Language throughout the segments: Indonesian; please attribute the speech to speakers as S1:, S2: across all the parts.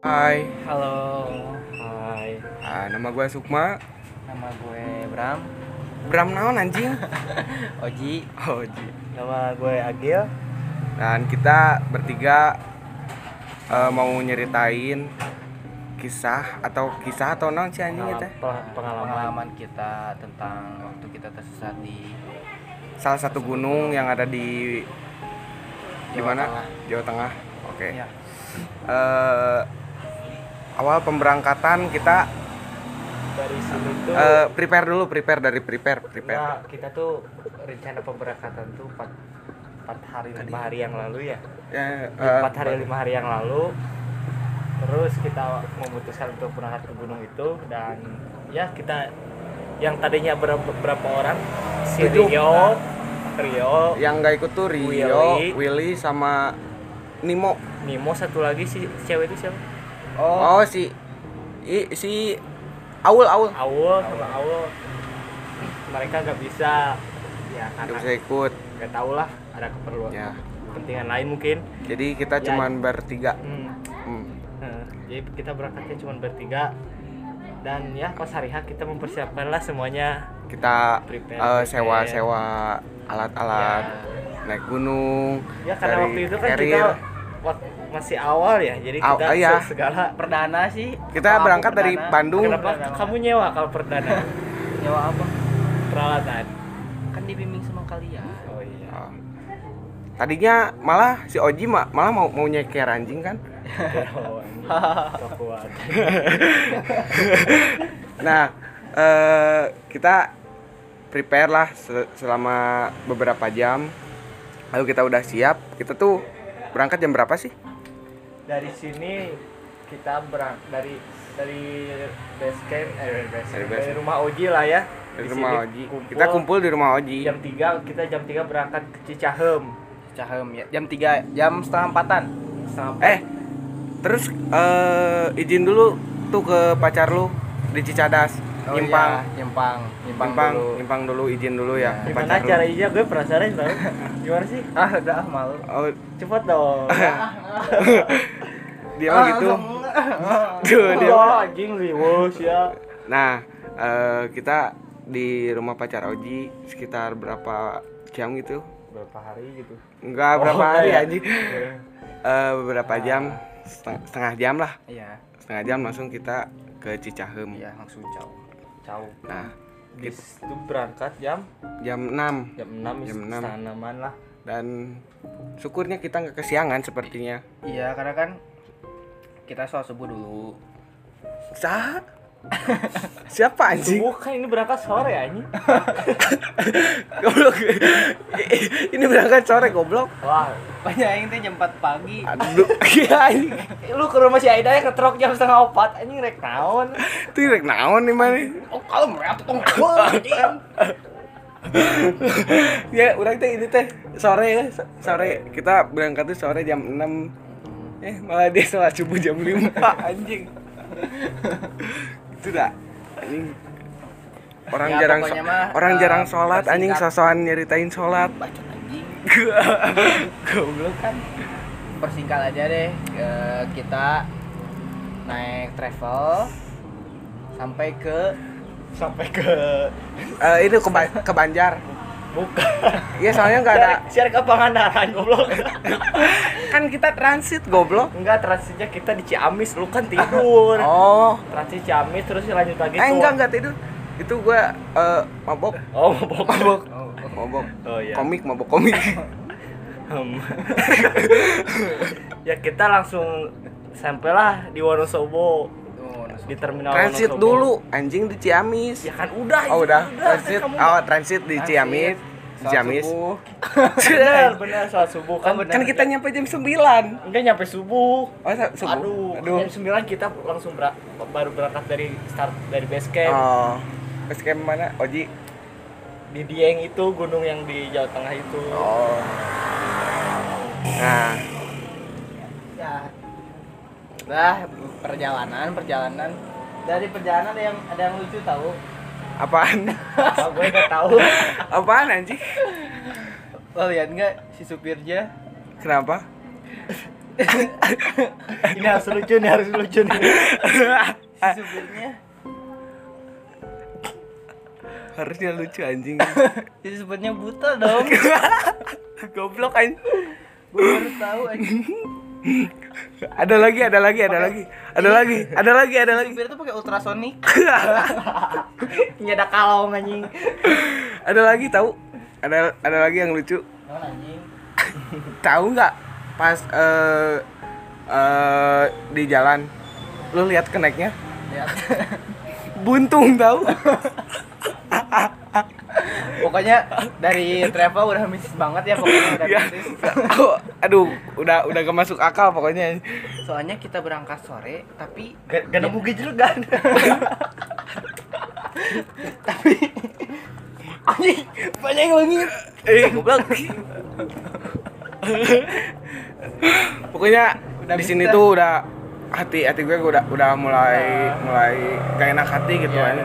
S1: Hai,
S2: Halo, hai.
S1: Ah, nama gue Sukma.
S2: Nama gue Bram.
S1: Bram naon anjing?
S2: Oji.
S1: Oh, ji.
S2: Nama gue Agil.
S1: Dan kita bertiga eh, mau nyeritain kisah atau kisah atau naon sih anjing
S2: Pengalaman,
S1: teh?
S2: pengalaman kita tentang waktu kita tersesat di
S1: Salah satu gunung yang ada di di
S2: Jawa
S1: mana?
S2: Tengah.
S1: Jawa Tengah. Oke.
S2: ya.
S1: Eh, awal pemberangkatan kita
S2: dari sini tuh
S1: eh, prepare dulu, prepare dari prepare, prepare.
S2: nah, kita tuh rencana pemberangkatan tuh 4, hari 5 hari yang lalu ya.
S1: Eh, eh,
S2: 4 hari 5 hari yang lalu. Terus kita memutuskan untuk berangkat ke gunung itu dan ya kita yang tadinya berapa, berapa orang si
S1: Tujuh.
S2: Rio, Rio,
S1: yang nggak ikut tuh Rio,
S2: Willy.
S1: Willy sama Nimo.
S2: Nimo satu lagi si cewek itu siapa?
S1: Oh, si i, si Aul Aul
S2: Awul sama Awul. Mereka nggak bisa ya
S1: nggak
S2: karena
S1: bisa ikut.
S2: nggak tahu lah ada keperluan
S1: Ya.
S2: kepentingan lain mungkin.
S1: Jadi kita
S2: Ya.
S1: cuman bertiga.
S2: Hmm.
S1: Hmm.
S2: Nah, Jadi kita berangkatnya cuma bertiga dan ya pas hari H kita mempersiapkanlah semuanya.
S1: Kita
S2: Prepare,
S1: eh,
S2: prepare.
S1: sewa-sewa alat-alat naik gunung
S2: Ya karena
S1: dari
S2: waktu itu kan
S1: carrier.
S2: kita wak- masih awal ya, jadi
S1: Aw-
S2: kita
S1: ah, ya.
S2: se- segala
S3: perdana sih
S1: Kita
S3: Kalau aku
S1: berangkat dari
S3: perdana,
S1: Bandung.
S2: Kenapa
S3: Perdana
S2: kamu nyewa kalau perdana
S3: nyawa apa
S2: peralatan?
S3: kan dibimbing sama kalian
S2: Oh iya.
S1: Oh. Tadinya malah si Oji ma- malah mau mau nyeker anjing kan.
S2: Ketahuan. Gak kuat.
S1: Nah, eh, kita prepare lah se- selama beberapa jam. Lalu kita udah siap. Kita tuh berangkat jam berapa sih?
S2: dari sini kita berang dari dari base camp eh, dari base
S1: Dari
S2: camp,
S1: base
S2: dari rumah Oji lah ya
S1: Di
S2: Di
S1: rumah
S2: sini
S1: Oji. Kita kumpul di rumah Oji.
S2: jam 3 kita jam 3 berangkat ke Cicahem
S3: cahem ya jam 3 jam setengah empatan
S2: sampai
S1: Eh, terus eh, izin dulu tuh ke pacar lu di Cicadas.
S2: Oh,
S1: nyimpang,
S3: iya, nyimpang nyimpang,
S1: nyimpang,
S3: dulu.
S1: nyimpang dulu izin dulu ya. ke
S2: gimana
S1: lu.
S2: caranya gue penasaran tau gimana sih
S3: ah udah ah, malu
S1: Oh,
S2: cepet dong
S1: dia mah gitu. Tuh, dia.
S2: Wah, anjing riwos ya
S1: Nah, eh, kita di rumah pacar Oji sekitar berapa jam gitu?
S2: berapa hari gitu
S1: Enggak Ah, berapa
S2: enggak
S1: hari
S2: ya?
S1: anjing. Eh, beberapa jam, seteng- setengah jam lah.
S3: iya
S1: Setengah jam langsung kita ke Cicahem.
S3: iya langsung jauh
S2: Cau
S1: Nah,
S2: bis itu berangkat jam
S1: jam 6
S2: jam 6
S1: Jam enam.
S2: tanaman lah
S1: dan syukurnya kita nggak kesiangan sepertinya.
S3: iya karena kan kita sholat subuh dulu
S1: Sa? Siapa anjing?
S2: bukan kan ini berangkat sore anjing
S1: Goblok. Ini berangkat sore goblok.
S2: wah
S3: banyak yang teh jam 4 pagi
S1: Aduh, iya anjing.
S2: lu ke rumah si Aida ya ketrok jam setengah opat anjing rek naon
S1: Itu rek naon nih mana?
S3: oh kalau mereka tuh ngomong
S1: ya orang teh ini teh sore ya so- sore kita berangkat tuh sore jam 6 eh malah dia sholat subuh jam 5 anjing itu dah anjing orang
S3: Ya,
S1: jarang
S3: pokoknya
S1: so-
S3: mah,
S1: orang
S3: eh,
S1: jarang sholat anjing
S3: bersingkat.
S1: sosokan nyeritain sholat
S3: bacot anjing
S1: goblok
S3: kan persingkat aja deh ke- kita naik travel sampai ke
S2: sampai ke
S1: Eh, itu ke, Ba- ke Banjar
S2: buka
S1: iya soalnya nggak ada
S2: share ke Pangandaran goblok
S1: kan kita transit goblok
S2: enggak transitnya kita di Ciamis lu kan tidur
S1: oh
S2: transit Ciamis terus lanjut lagi
S1: eh
S2: ke-
S1: enggak enggak tidur itu gua eh, mabok
S2: oh mabok mabok
S1: mabok
S2: oh iya
S1: komik mabok komik
S2: Hmm. ya kita langsung sampai lah di Wonosobo
S3: tuh, nah,
S2: di terminal
S1: transit
S2: Wonosobo.
S1: dulu anjing di Ciamis
S2: ya kan udah
S1: Oh
S2: itu
S1: udah
S2: kan
S1: transit,
S2: kamu
S1: oh transit di
S3: Transit,
S1: Ciamis, di
S3: sholat
S1: Ciamis.
S3: subuh.
S2: bener bener saat subuh kan
S3: Oh, bener.
S1: Kan kita nyampe jam 9
S2: enggak nyampe subuh
S1: Oh sa- subuh. Oh.
S2: Aduh, jam 9 kita langsung ber- baru berangkat dari start dari base camp
S1: Oh. Terus kayak mana? Oji.
S2: di Dieng itu gunung yang di Jawa Tengah itu.
S1: Oh. Nah,
S3: Ya. Nah, perjalanan, perjalanan. Dari perjalanan ada yang ada yang lucu tahu.
S1: apaan?
S2: Ah, gue gak tahu.
S1: apaan anjing?
S3: Lo lihat nggak si supirnya
S1: Kenapa?
S2: ini harus lucu nih harus lucu nih
S3: si
S1: Ah.
S3: supirnya
S1: Harusnya lucu anjing.
S3: si supirnya buta dong
S1: Goblok anjing.
S3: gue baru tahu anjing
S1: Ada lagi, ada lagi, ada lagi. Ada lagi, ada lagi, ada lagi.
S3: supir tuh pakai ultrasonik nyada kalong anjing
S1: Ada lagi tahu? Ada ada lagi yang lucu.
S3: Jangan, Oh, anjing
S1: Tahu nggak pas eh eh, di jalan lu lihat keneknya
S3: Lihat.
S1: buntung tahu
S3: pokoknya dari travel udah mistis banget ya pokoknya udah
S1: ya.
S3: mistis
S1: aduh udah udah gak masuk akal pokoknya
S3: soalnya kita berangkat sore tapi
S2: gak gak nemu gejruk kan
S3: anjing banyak yang lengit
S1: eh goblok pokoknya
S3: Udah
S1: di sini
S3: bisa.
S1: tuh udah hati hati gue udah udah mulai mulai gak enak hati gitu
S2: Iya.
S1: kan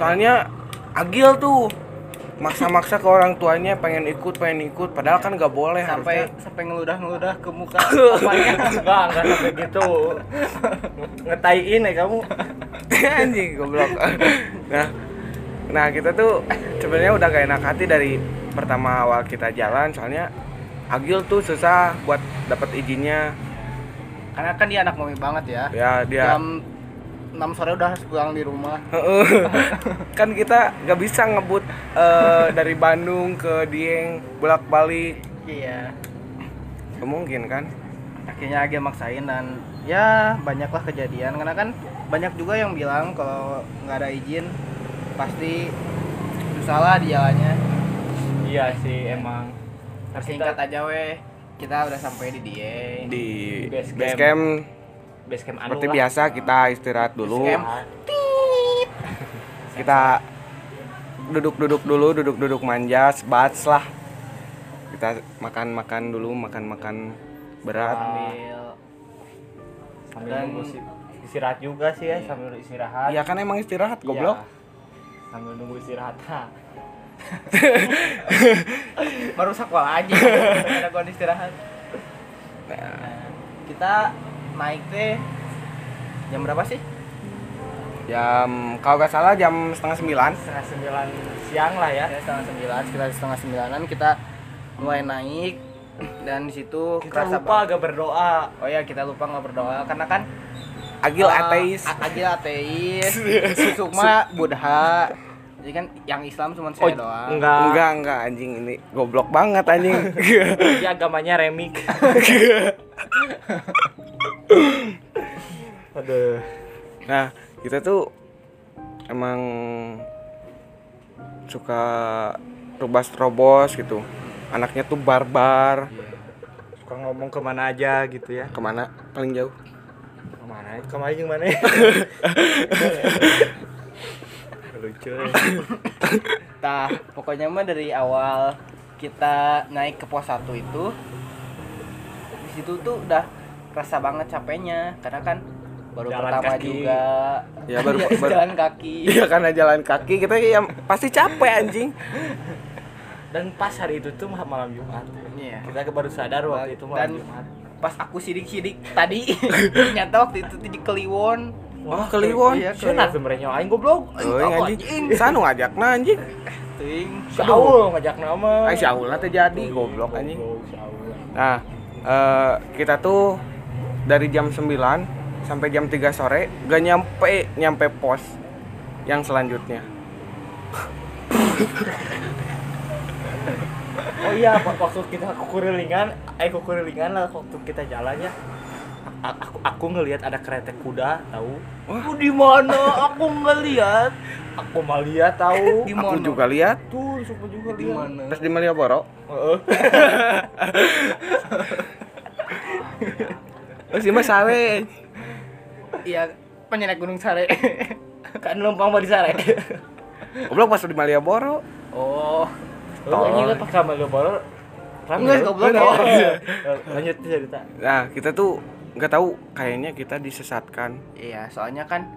S1: soalnya agil tuh maksa-maksa ke orang tuanya pengen ikut pengen ikut padahal kan gak boleh
S3: sampai
S1: harusnya.
S3: sampai ngeludah-ngeludah ke muka papanya
S2: enggak enggak sampai gitu ngetain ya kamu
S1: anjing goblok nah nah kita tuh sebenarnya udah gak enak hati dari pertama awal kita jalan soalnya Agil tuh susah buat dapat izinnya
S3: karena kan dia anak mami banget ya
S1: ya dia
S3: jam 6 sore udah harus pulang di rumah
S1: Heeh. kan kita gak bisa ngebut eh, dari Bandung ke Dieng bolak balik
S3: iya
S1: Gak mungkin kan
S3: akhirnya agak maksain dan ya banyaklah kejadian karena kan banyak juga yang bilang kalau nggak ada izin pasti susah lah di jalannya
S2: iya sih emang harus
S3: singkat
S2: kita
S3: aja weh kita udah sampai di Dieng
S1: di
S2: Base camp.
S1: base camp
S2: base camp anu
S1: seperti
S2: lah.
S1: biasa kita istirahat dulu
S3: Base camp.
S1: kita duduk-duduk dulu duduk-duduk manja sebats lah kita makan-makan dulu makan-makan berat
S3: ambil
S2: sambil
S3: Dan-
S2: nunggu sih istirahat juga sih ya sambil istirahat
S1: ya kan emang istirahat
S2: Iya.
S1: goblok
S2: sambil nunggu istirahat Nah, Hah.
S3: baru sekolah aja ada gua istirahat Nah, kita naik teh jam berapa sih
S1: jam kalau nggak salah jam setengah sembilan
S2: setengah sembilan siang lah ya
S3: ya setengah sembilan sekitar setengah sembilanan kita mulai naik dan di situ
S2: kita
S3: Oh, kerasa
S2: lupa agak berdoa
S3: banget. oh ya kita lupa nggak berdoa karena kan
S1: agil
S2: Ah.
S3: eh,
S1: ateis
S3: A- Agil ateis si Sukma Buddha jadi kan yang Islam cuma saya doang
S2: Oh, enggak
S1: enggak enggak anjing ini goblok banget anjing
S2: dia agamanya remik aduh
S1: nah kita tuh emang suka rubas robos gitu anaknya tuh barbar
S2: suka ngomong kemana aja gitu ya
S3: Iya.
S1: kemana paling jauh
S2: kemana kemana yang mana lucu ya.
S3: Tah, pokoknya mah dari awal kita naik ke pos 1 itu di situ tuh udah kerasa banget capeknya karena kan baru
S2: Jalan
S3: pertama
S2: kaki.
S3: juga
S1: Ya, baru-
S3: Iya,
S1: baru-
S3: jalan kaki
S1: Iya karena jalan kaki kita ya pasti capek anjing.
S2: dan pas hari itu tuh malam Jumat
S3: Iya.
S2: kita baru sadar waktu itu malam
S3: Dan-
S2: Jumat
S3: pas aku sidik-sidik tadi ternyata waktu itu tuh di Kliwon
S1: Wah kliwon.
S3: Iya,
S2: Sunat sebenarnya aing goblok.
S1: Euy anjing. Sanu ngajak na anjing.
S3: ting
S2: Si Aul ngajak
S1: Ay
S2: nama.
S1: si Aulna teh jadi goblok anjing.
S2: Si Aul.
S1: Nah, eh, kita tuh dari jam 9 sampai jam 3 sore gak nyampe nyampe pos yang selanjutnya.
S2: Oh iya, pa- waktu kita kukurilingan, eh kukurilingan lah waktu kita jalannya. Aku aku ngelihat ada kereta kuda, tahu? Aku di mana? Aku ngelihat. Aku mah lihat tahu.
S3: Di-
S1: Aku
S3: Mono.
S1: juga lihat
S2: Tuh, suka juga
S3: di
S2: lihat.
S3: mana
S1: terus di Malioboro.
S2: Heeh.
S1: Terus di Masare.
S3: iya penyenek Gunung Sare
S2: Kan numpang mah di sare.
S1: Goblok pas di Malioboro.
S3: oh
S2: Oh, anjing lah pakai Malioboro.
S3: Enggak, goblok.
S2: Oh, iya. Lanjut cerita.
S1: Nah, kita tuh nggak tahu kayaknya kita disesatkan.
S3: Iya, soalnya kan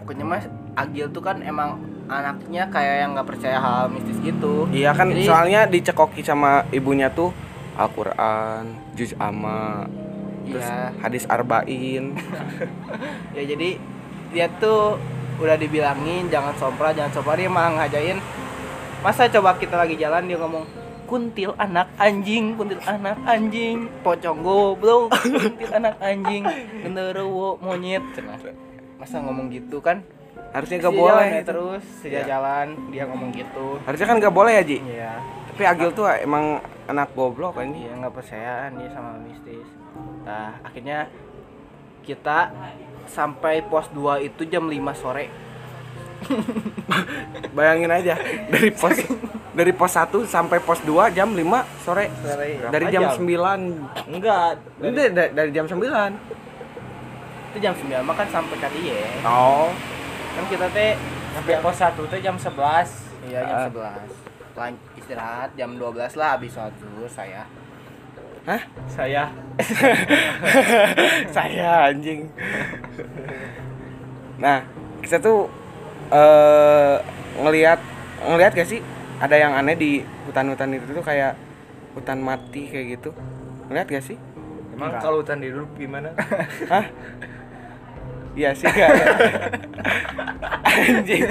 S3: pokoknya Mas Agil tuh kan emang anaknya kayak yang nggak percaya hal mistis gitu.
S1: Iya kan
S3: Jadi-
S1: soalnya dicekoki sama ibunya tuh Al-Qur'an, juz amma, terus
S3: Iya.
S1: hadis arba'in
S3: ya jadi dia tuh udah dibilangin jangan sompra jangan sompra dia mah ngajain masa coba kita lagi jalan dia ngomong kuntil anak anjing kuntil anak anjing pocong goblok kuntil anak anjing genderuwo monyet cenah. masa ngomong gitu kan
S1: harusnya
S3: Dia
S1: gak
S3: jalan
S1: boleh
S3: ya
S1: itu.
S3: terus dia
S1: Iya.
S3: jalan dia ngomong gitu
S1: harusnya kan gak boleh ya Ji
S3: iya
S1: tapi Agil tuh emang anak goblok kan Ji
S3: dia nggak percayaan dia sama mistis nah akhirnya kita sampai pos 2 itu jam 5 sore
S1: bayangin aja dari pos dari pos 1 sampai pos 2 jam 5 sore
S2: Sore,
S1: dari
S2: berapa
S1: jam
S2: jam?
S1: 9
S2: Enggak.
S1: Ini dari, dari- dari jam 9
S3: itu jam 9 mah kan sampai kali ya
S1: Oh
S3: kan kita teh
S2: Sampai pos 1 tuh jam 11.
S3: iya jam
S1: Ah.
S3: 11 Lan- istirahat jam 12 lah habis sholat zuhur saya
S1: Hah?
S2: Saya
S1: Saya anjing Nah kita tuh eh ngelihat ngelihat gak sih ada yang aneh di hutan-hutan itu tuh kayak hutan mati kayak gitu ngelihat gak sih
S2: Emang
S3: Enggak.
S2: kalau hutan dulu gimana?
S1: Hah? Iya sih gak ada. Anjing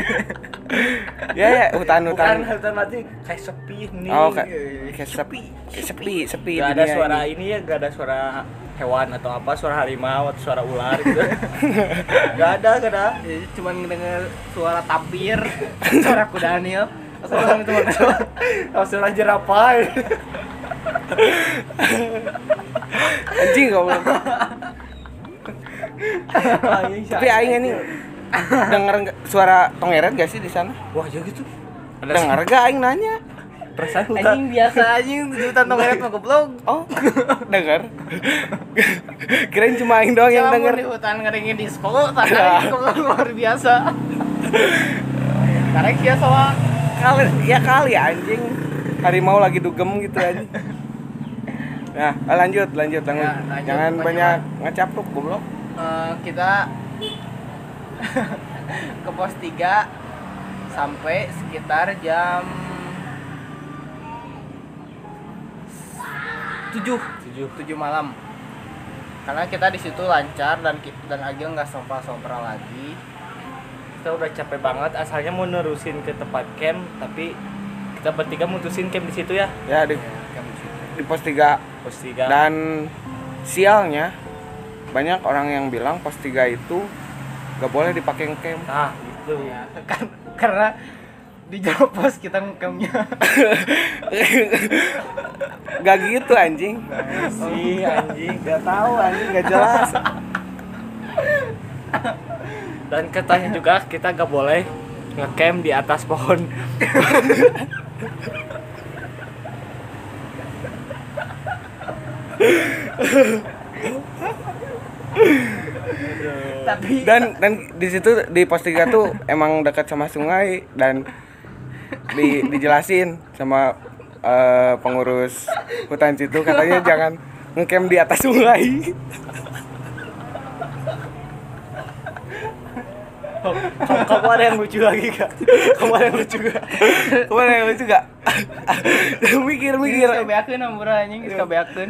S1: Ya ya
S2: Bukan
S1: hutan-hutan
S2: hutan mati, kayak sepi gitu. nih.
S1: Oh kayak, kayak sepi Sepi Sepi
S2: Gak ada
S1: dunia
S2: suara
S1: ini.
S2: ini ya, gak ada suara hewan atau apa, suara harimau atau suara ular gitu. gak ada, gak ada.
S3: Jadi Ya, cuman denger suara tapir suara kuda Daniel suara teman
S2: Kalau suara jerapah.
S1: Anjing gak Tapi aing ini denger nggak- suara tongeret gak sih di sana?
S2: Wah, ya gitu.
S1: Denger gak aing nanya?
S2: Perasaan hutan.
S3: Nah. anjing biasa anjing di hutan tongeret mah goblok
S1: Oh, denger. Kirain cuma aing doang yang
S3: Jalan
S1: denger.
S3: di hutan ngeringin di sekolah tanah luar biasa karek ya sama
S1: Kali ya kali anjing. Harimau lagi dugem gitu aja. Nah, lanjut, lanjut, lanjut.
S3: Ya, lanjut,
S1: Jangan
S3: pokoknya
S1: banyak ngecapruk goblok.
S3: Eh, kita ke pos 3 sampai sekitar jam 7
S2: Tujuh.
S3: 7 malam karena kita di situ lancar dan ki- dan Agil nggak sompral-sompral lagi
S2: kita udah capek banget asalnya mau nerusin ke tempat camp tapi kita bertiga mutusin camp di situ ya
S1: Ya di,
S3: Jam tujuh.
S1: di pos 3
S2: pos tiga
S3: Nah.
S1: dan sialnya banyak orang yang bilang pos 3 itu gak boleh dipakai camp.
S2: nah gitu ya
S3: Kar- karena di jauh pos kita ngkemnya
S1: Gak gitu anjing.
S2: si anjing
S1: Gak tahu anjing, gak jelas.
S2: dan katanya juga kita gak boleh ngecamp di atas pohon
S3: tapi
S1: dan dan di situ di pos 3 tuh emang dekat sama sungai dan di, dijelasin sama eh, pengurus hutan situ katanya jangan ngecamp di atas sungai
S2: kamu, kamu ada yang lucu lagi kak kamu ada yang lucu gak
S1: kemana ya lucu gak mikir mikir
S3: kebeakeun nomor anjing geus kabeakeun.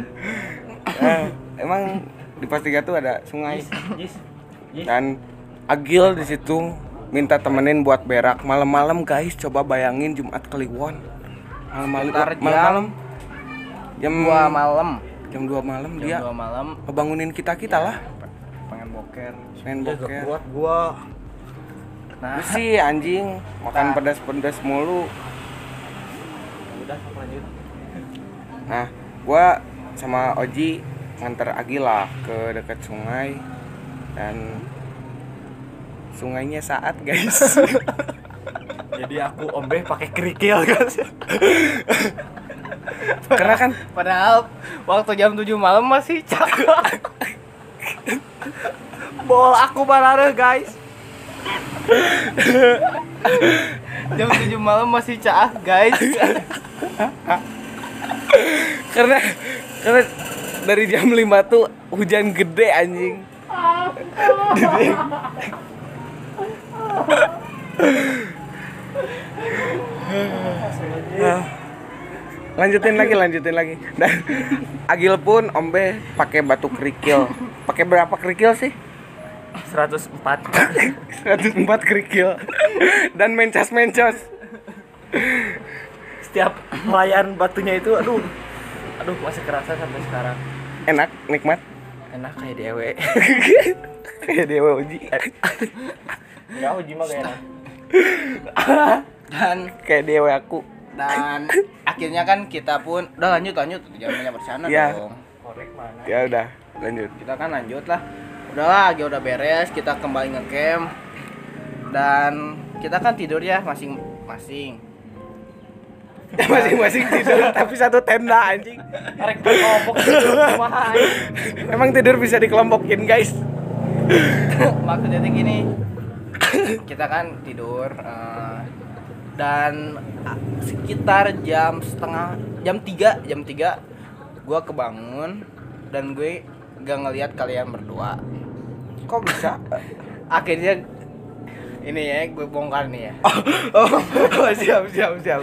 S1: Eh, emang di pos 3 tuh ada sungai
S2: yes yes
S1: dan Agil di situ minta temenin buat berak malam-malam guys coba bayangin Jumat Kliwon
S3: Sekitar
S1: malam-malam
S3: jam-
S1: malam-malam jam
S3: dua malam
S1: jam 2 malam Iya.
S3: jam
S1: dia
S3: dua malam
S1: ngebangunin kita kita lah
S3: pengen boker
S1: main
S2: Udah Eh, gak
S1: boker
S2: kuat gua
S3: nah
S1: Lu sih anjing makan
S3: Nah.
S1: pedas-pedas mulu
S2: Ya udah kamu lanjut
S1: nah gua sama Oji nganter Agil lah ke dekat sungai dan sungainya saat guys
S2: jadi aku ombeh pakai kerikil guys
S1: karena kan
S3: Padahal waktu jam 7 malam masih cakep.
S2: bol aku barare guys
S3: jam 7 malam masih caah, guys.
S1: karena karena dari jam 5 tuh hujan gede anjing Gede. Ah. lanjutin lagi lanjutin lagi dan Agil pun ombe pakai batu kerikil pakai berapa kerikil sih
S2: 104
S1: 104 kerikil dan mencas mencos
S2: setiap layan batunya itu aduh aduh masih kerasa sampai sekarang
S1: enak nikmat
S2: enak kayak di ewe
S1: kayak dewa uji
S2: enggak uji Ya, mah kayak enak
S3: dan
S1: kayak dewa aku
S3: dan akhirnya kan kita pun udah lanjut lanjut jangan banyak bercanda
S1: Iya.
S3: dong
S2: korek mana
S1: ya udah lanjut
S3: kita kan lanjut lah udah lagi udah beres kita kembali ke camp dan kita kan tidur ya masing-masing
S1: masing-masing tidur tapi satu tenda anjing
S2: korek kelompok kumaha anjing?
S1: emang tidur bisa dikelompokin guys
S3: maksudnya tuh gini kita kan tidur eh, dan ah, sekitar jam setengah jam 3 jam 3 gua kebangun dan gue gak ngelihat kalian berdua
S1: kok bisa
S3: akhirnya ini ya gue bongkar nih ya
S1: oh, siap siap siap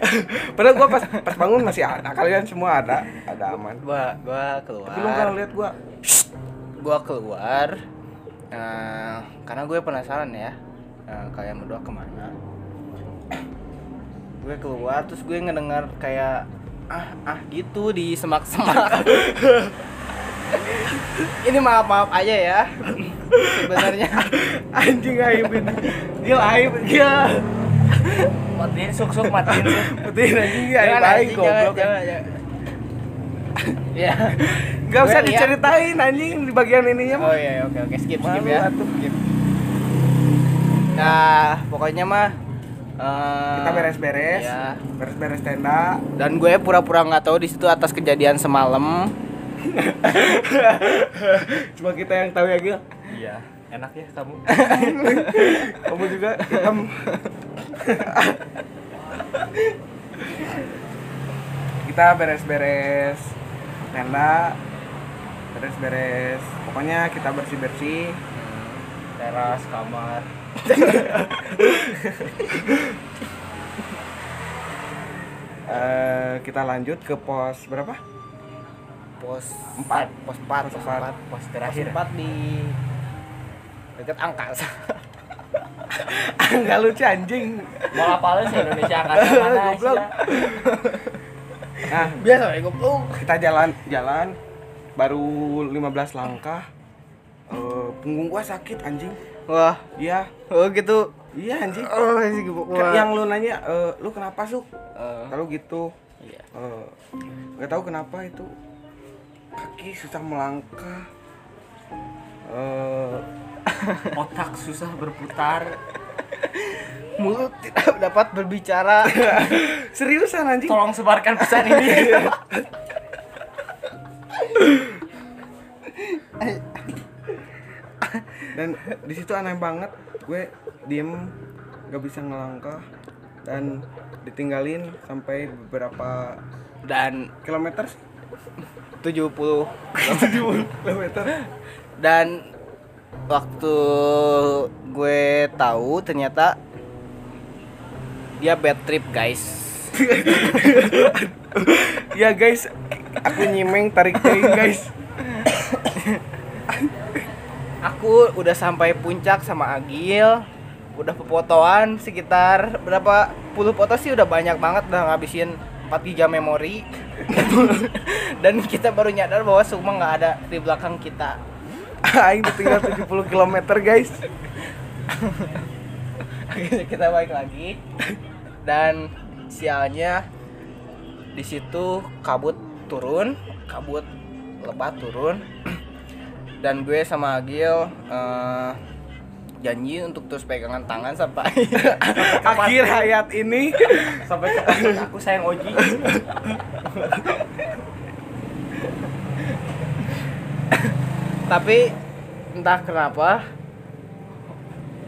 S1: padahal gua pas pas bangun masih ada kalian semua ada ada aman
S3: gua gua
S1: tapi lu kalau
S3: keluar
S1: lihat gua
S3: gua keluar eh, karena gue penasaran ya eh, kalian berdua kemana gue keluar terus gue ngedengar kayak ah ah gitu di semak-semak ini maaf maaf aja ya sebenarnya
S1: anjing aib ini gil aib gil
S2: matiin suk suk matiin suk
S1: betin anjing dia aib
S3: jangan
S1: aib
S3: anjing, jangan,
S1: goblok
S3: jangan, jangan. ya
S1: Gak usah
S3: Gua liat.
S1: diceritain anjing di bagian ininya mah.
S3: oh iya oke oke skip skip
S1: Malu
S3: ya
S1: atuh.
S3: Nah, pokoknya mah eh,
S1: Kita beres-beres,
S3: Iya.
S1: beres-beres tenda.
S3: Dan gue pura-pura nggak tahu di situ atas kejadian semalam.
S1: Cuma kita yang tahu ya Gil.
S2: iya enak ya kamu
S1: Kamu juga hitam. kita beres-beres tenda, beres-beres. Pokoknya kita bersih-bersih.
S2: teras kamar
S1: Eh, kita lanjut ke pos berapa?
S3: Pos
S1: Empat.
S3: pos 4, pos 4.
S2: pos
S3: Pos
S2: terakhir
S3: 4 di dekat angkasa.
S1: Enggak lucu anjing.
S2: mau apalin sih Indonesia angkasa mana
S1: Goblok.
S2: Asia?
S1: Nah,
S3: Biasa ya goblok.
S1: kita jalan jalan baru 15 langkah eh, punggung gua sakit anjing
S3: Wah,
S1: iya
S3: oh gitu.
S1: iya anjing
S3: Oh, sih gebuk
S1: Kayak
S2: Iya.
S3: Yang
S1: yang lu nanya eh, lu kenapa suk kalau gitu
S3: Iya.
S1: eh, nggak tahu kenapa itu kaki susah melangkah eh
S2: otak susah berputar
S3: mulut tidak dapat berbicara.
S1: seriusan anjing
S2: tolong sebarkan pesan ini
S1: dan di situ aneh banget gue diem nggak bisa ngelangkah dan ditinggalin sampai beberapa
S3: Dan
S1: kilometer sih.
S3: 70
S1: kilometer
S3: dan waktu gue tahu ternyata dia bad trip, guys.
S1: Ya guys, aku nyimeng tarik ting guys.
S3: Aku udah sampai puncak sama Agil Udah pepotoan sekitar berapa puluh foto sih udah banyak banget Udah ngabisin 4 giga memori Dan kita baru nyadar bahwa Sukma nggak ada di belakang kita
S1: Aing ditinggal 70 km guys.
S3: Akhirnya kita balik lagi Dan sialnya di situ kabut turun Kabut lebat turun Dan gue sama Agil eh, janji untuk terus pegangan tangan sampai
S1: Akhir hayat ini
S2: sampai ke tempat aku sayang Oji
S3: tapi entah kenapa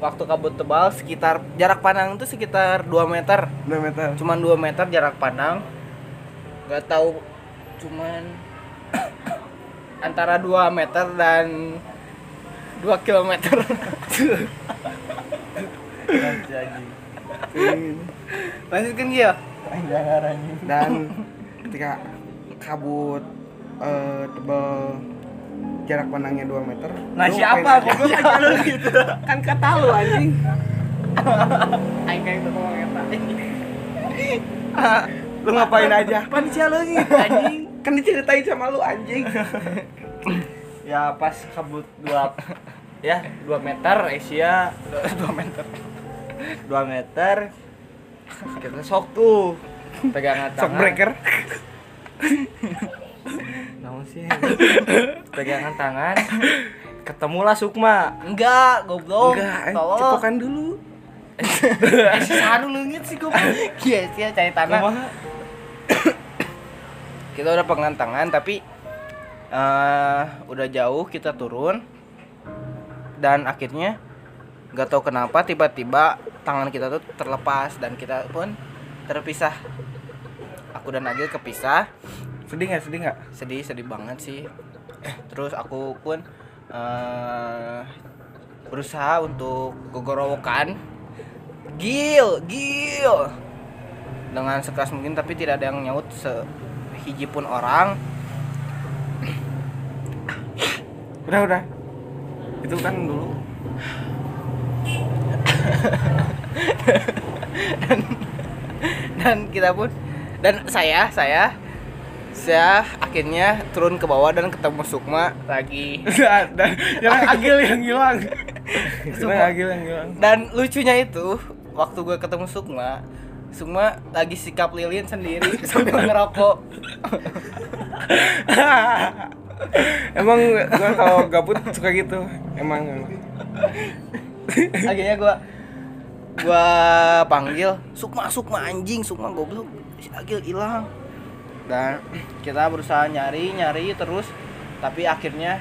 S3: waktu kabut tebal sekitar jarak pandang itu sekitar 2 meter
S1: 2 meter.
S3: cuman 2 meter jarak pandang nggak tahu cuman antara 2 meter dan 2 kilometer
S1: Ting.
S3: lanjutkan ya
S1: Dan ketika kabut eh, tebal jarak pandangnya 2 meter
S2: Nah
S1: lu
S2: siapa?
S1: ngapain
S2: Kok
S1: aja?
S2: gue nanya lu gitu?
S1: kan kata lu anjing
S3: Aing kayak itu ngomong eta.
S1: lu ngapain aja
S2: Panitia lu gitu anjing
S1: kan diceritain sama lu anjing
S2: Ya pas kabut dua ya 2 meter Asia 2 meter 2 meter kita sok tuh pegangan tangan
S1: shock breaker
S2: Namun sih pegangan tangan ketemulah Sukma
S3: Enggak, goblok.
S1: enggak eh,
S3: Tolong.
S1: cepokan dulu
S2: eh sanu leungit sih gue
S3: Iya sih cari tanah. Kita udah pegangan tangan tapi eh udah jauh kita turun dan akhirnya nggak tahu kenapa tiba-tiba tangan kita tuh terlepas dan kita pun terpisah. Aku dan Agil kepisah.
S1: sedih nggak sedih nggak
S3: sedih sedih banget sih terus aku pun eh, berusaha untuk kegorowokan gil gil dengan sekeras mungkin tapi tidak ada yang nyaut sehiji pun orang
S1: udah udah itu kan dulu
S3: dan kita pun dan saya saya saya akhirnya turun ke bawah dan ketemu Sukma lagi
S1: Udah, udah. jangan agil yang hilang jangan agil yang hilang
S3: dan lucunya itu waktu gue ketemu Sukma Sukma lagi sikap lilin sendiri sambil ngerokok
S1: emang gua kalau gabut suka gitu emang emang.
S3: akhirnya gua gua panggil Sukma Sukma anjing Sukma goblok si Agil hilang dan kita berusaha nyari nyari terus tapi akhirnya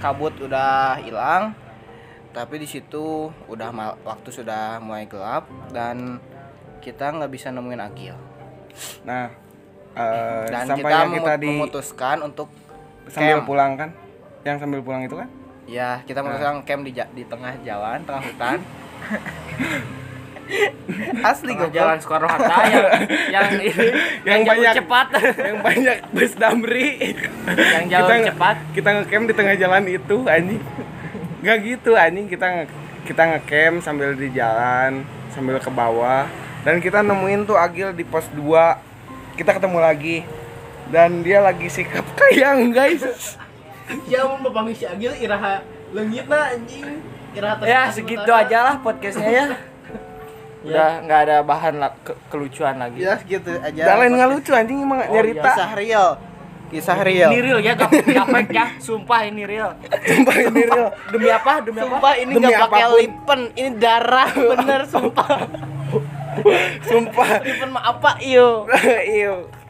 S3: kabut udah hilang tapi di situ udah mal- waktu sudah mulai gelap dan kita nggak bisa nemuin Agil
S1: nah eh,
S3: dan
S1: sampai
S3: kita,
S1: yang kita
S3: memu-
S1: di
S3: memutuskan untuk
S1: sambil
S3: camp.
S1: pulang kan yang sambil pulang itu kan
S3: Ya, kita
S2: Nah.
S3: memasang camp di, ja- di tengah jalan, tengah hutan. Asli Iya,
S2: Tengah
S3: gue
S2: jalan Soekarno Hatta yang yang
S1: Yang
S2: jalan
S1: banyak-
S2: cepat
S1: yang banyak bus damri
S2: yang jalan
S1: nge-
S2: cepat
S1: kita ngecamp di tengah jalan itu anjing nggak gitu anjing kita nge kita ngecamp sambil di jalan sambil ke bawah dan kita nemuin tuh Agil di pos 2 kita ketemu lagi dan dia lagi sikap kayang guys
S4: Ya mau mepanggil si
S2: Iya,
S4: Agil iraha leungit na anjing. Iraha
S2: ya segitu aja lah podcastnya ya udah nggak ada bahan la- ke- kelucuan lagi
S3: Ya gitu aja.
S1: dan lain nggak lucu anjing emang
S2: Oh,
S1: nyerita
S3: Kisah real. Kisah real.
S2: ini real ya gak gak fake ya sumpah ini real
S1: sumpah ini real
S2: demi apa demi apa
S3: Sumpah ini
S1: Demi
S3: nggak pakai
S1: apapun.
S3: lipen, ini darah bener sumpah.
S1: sumpah
S3: lipen mah apa iyo?
S1: iyo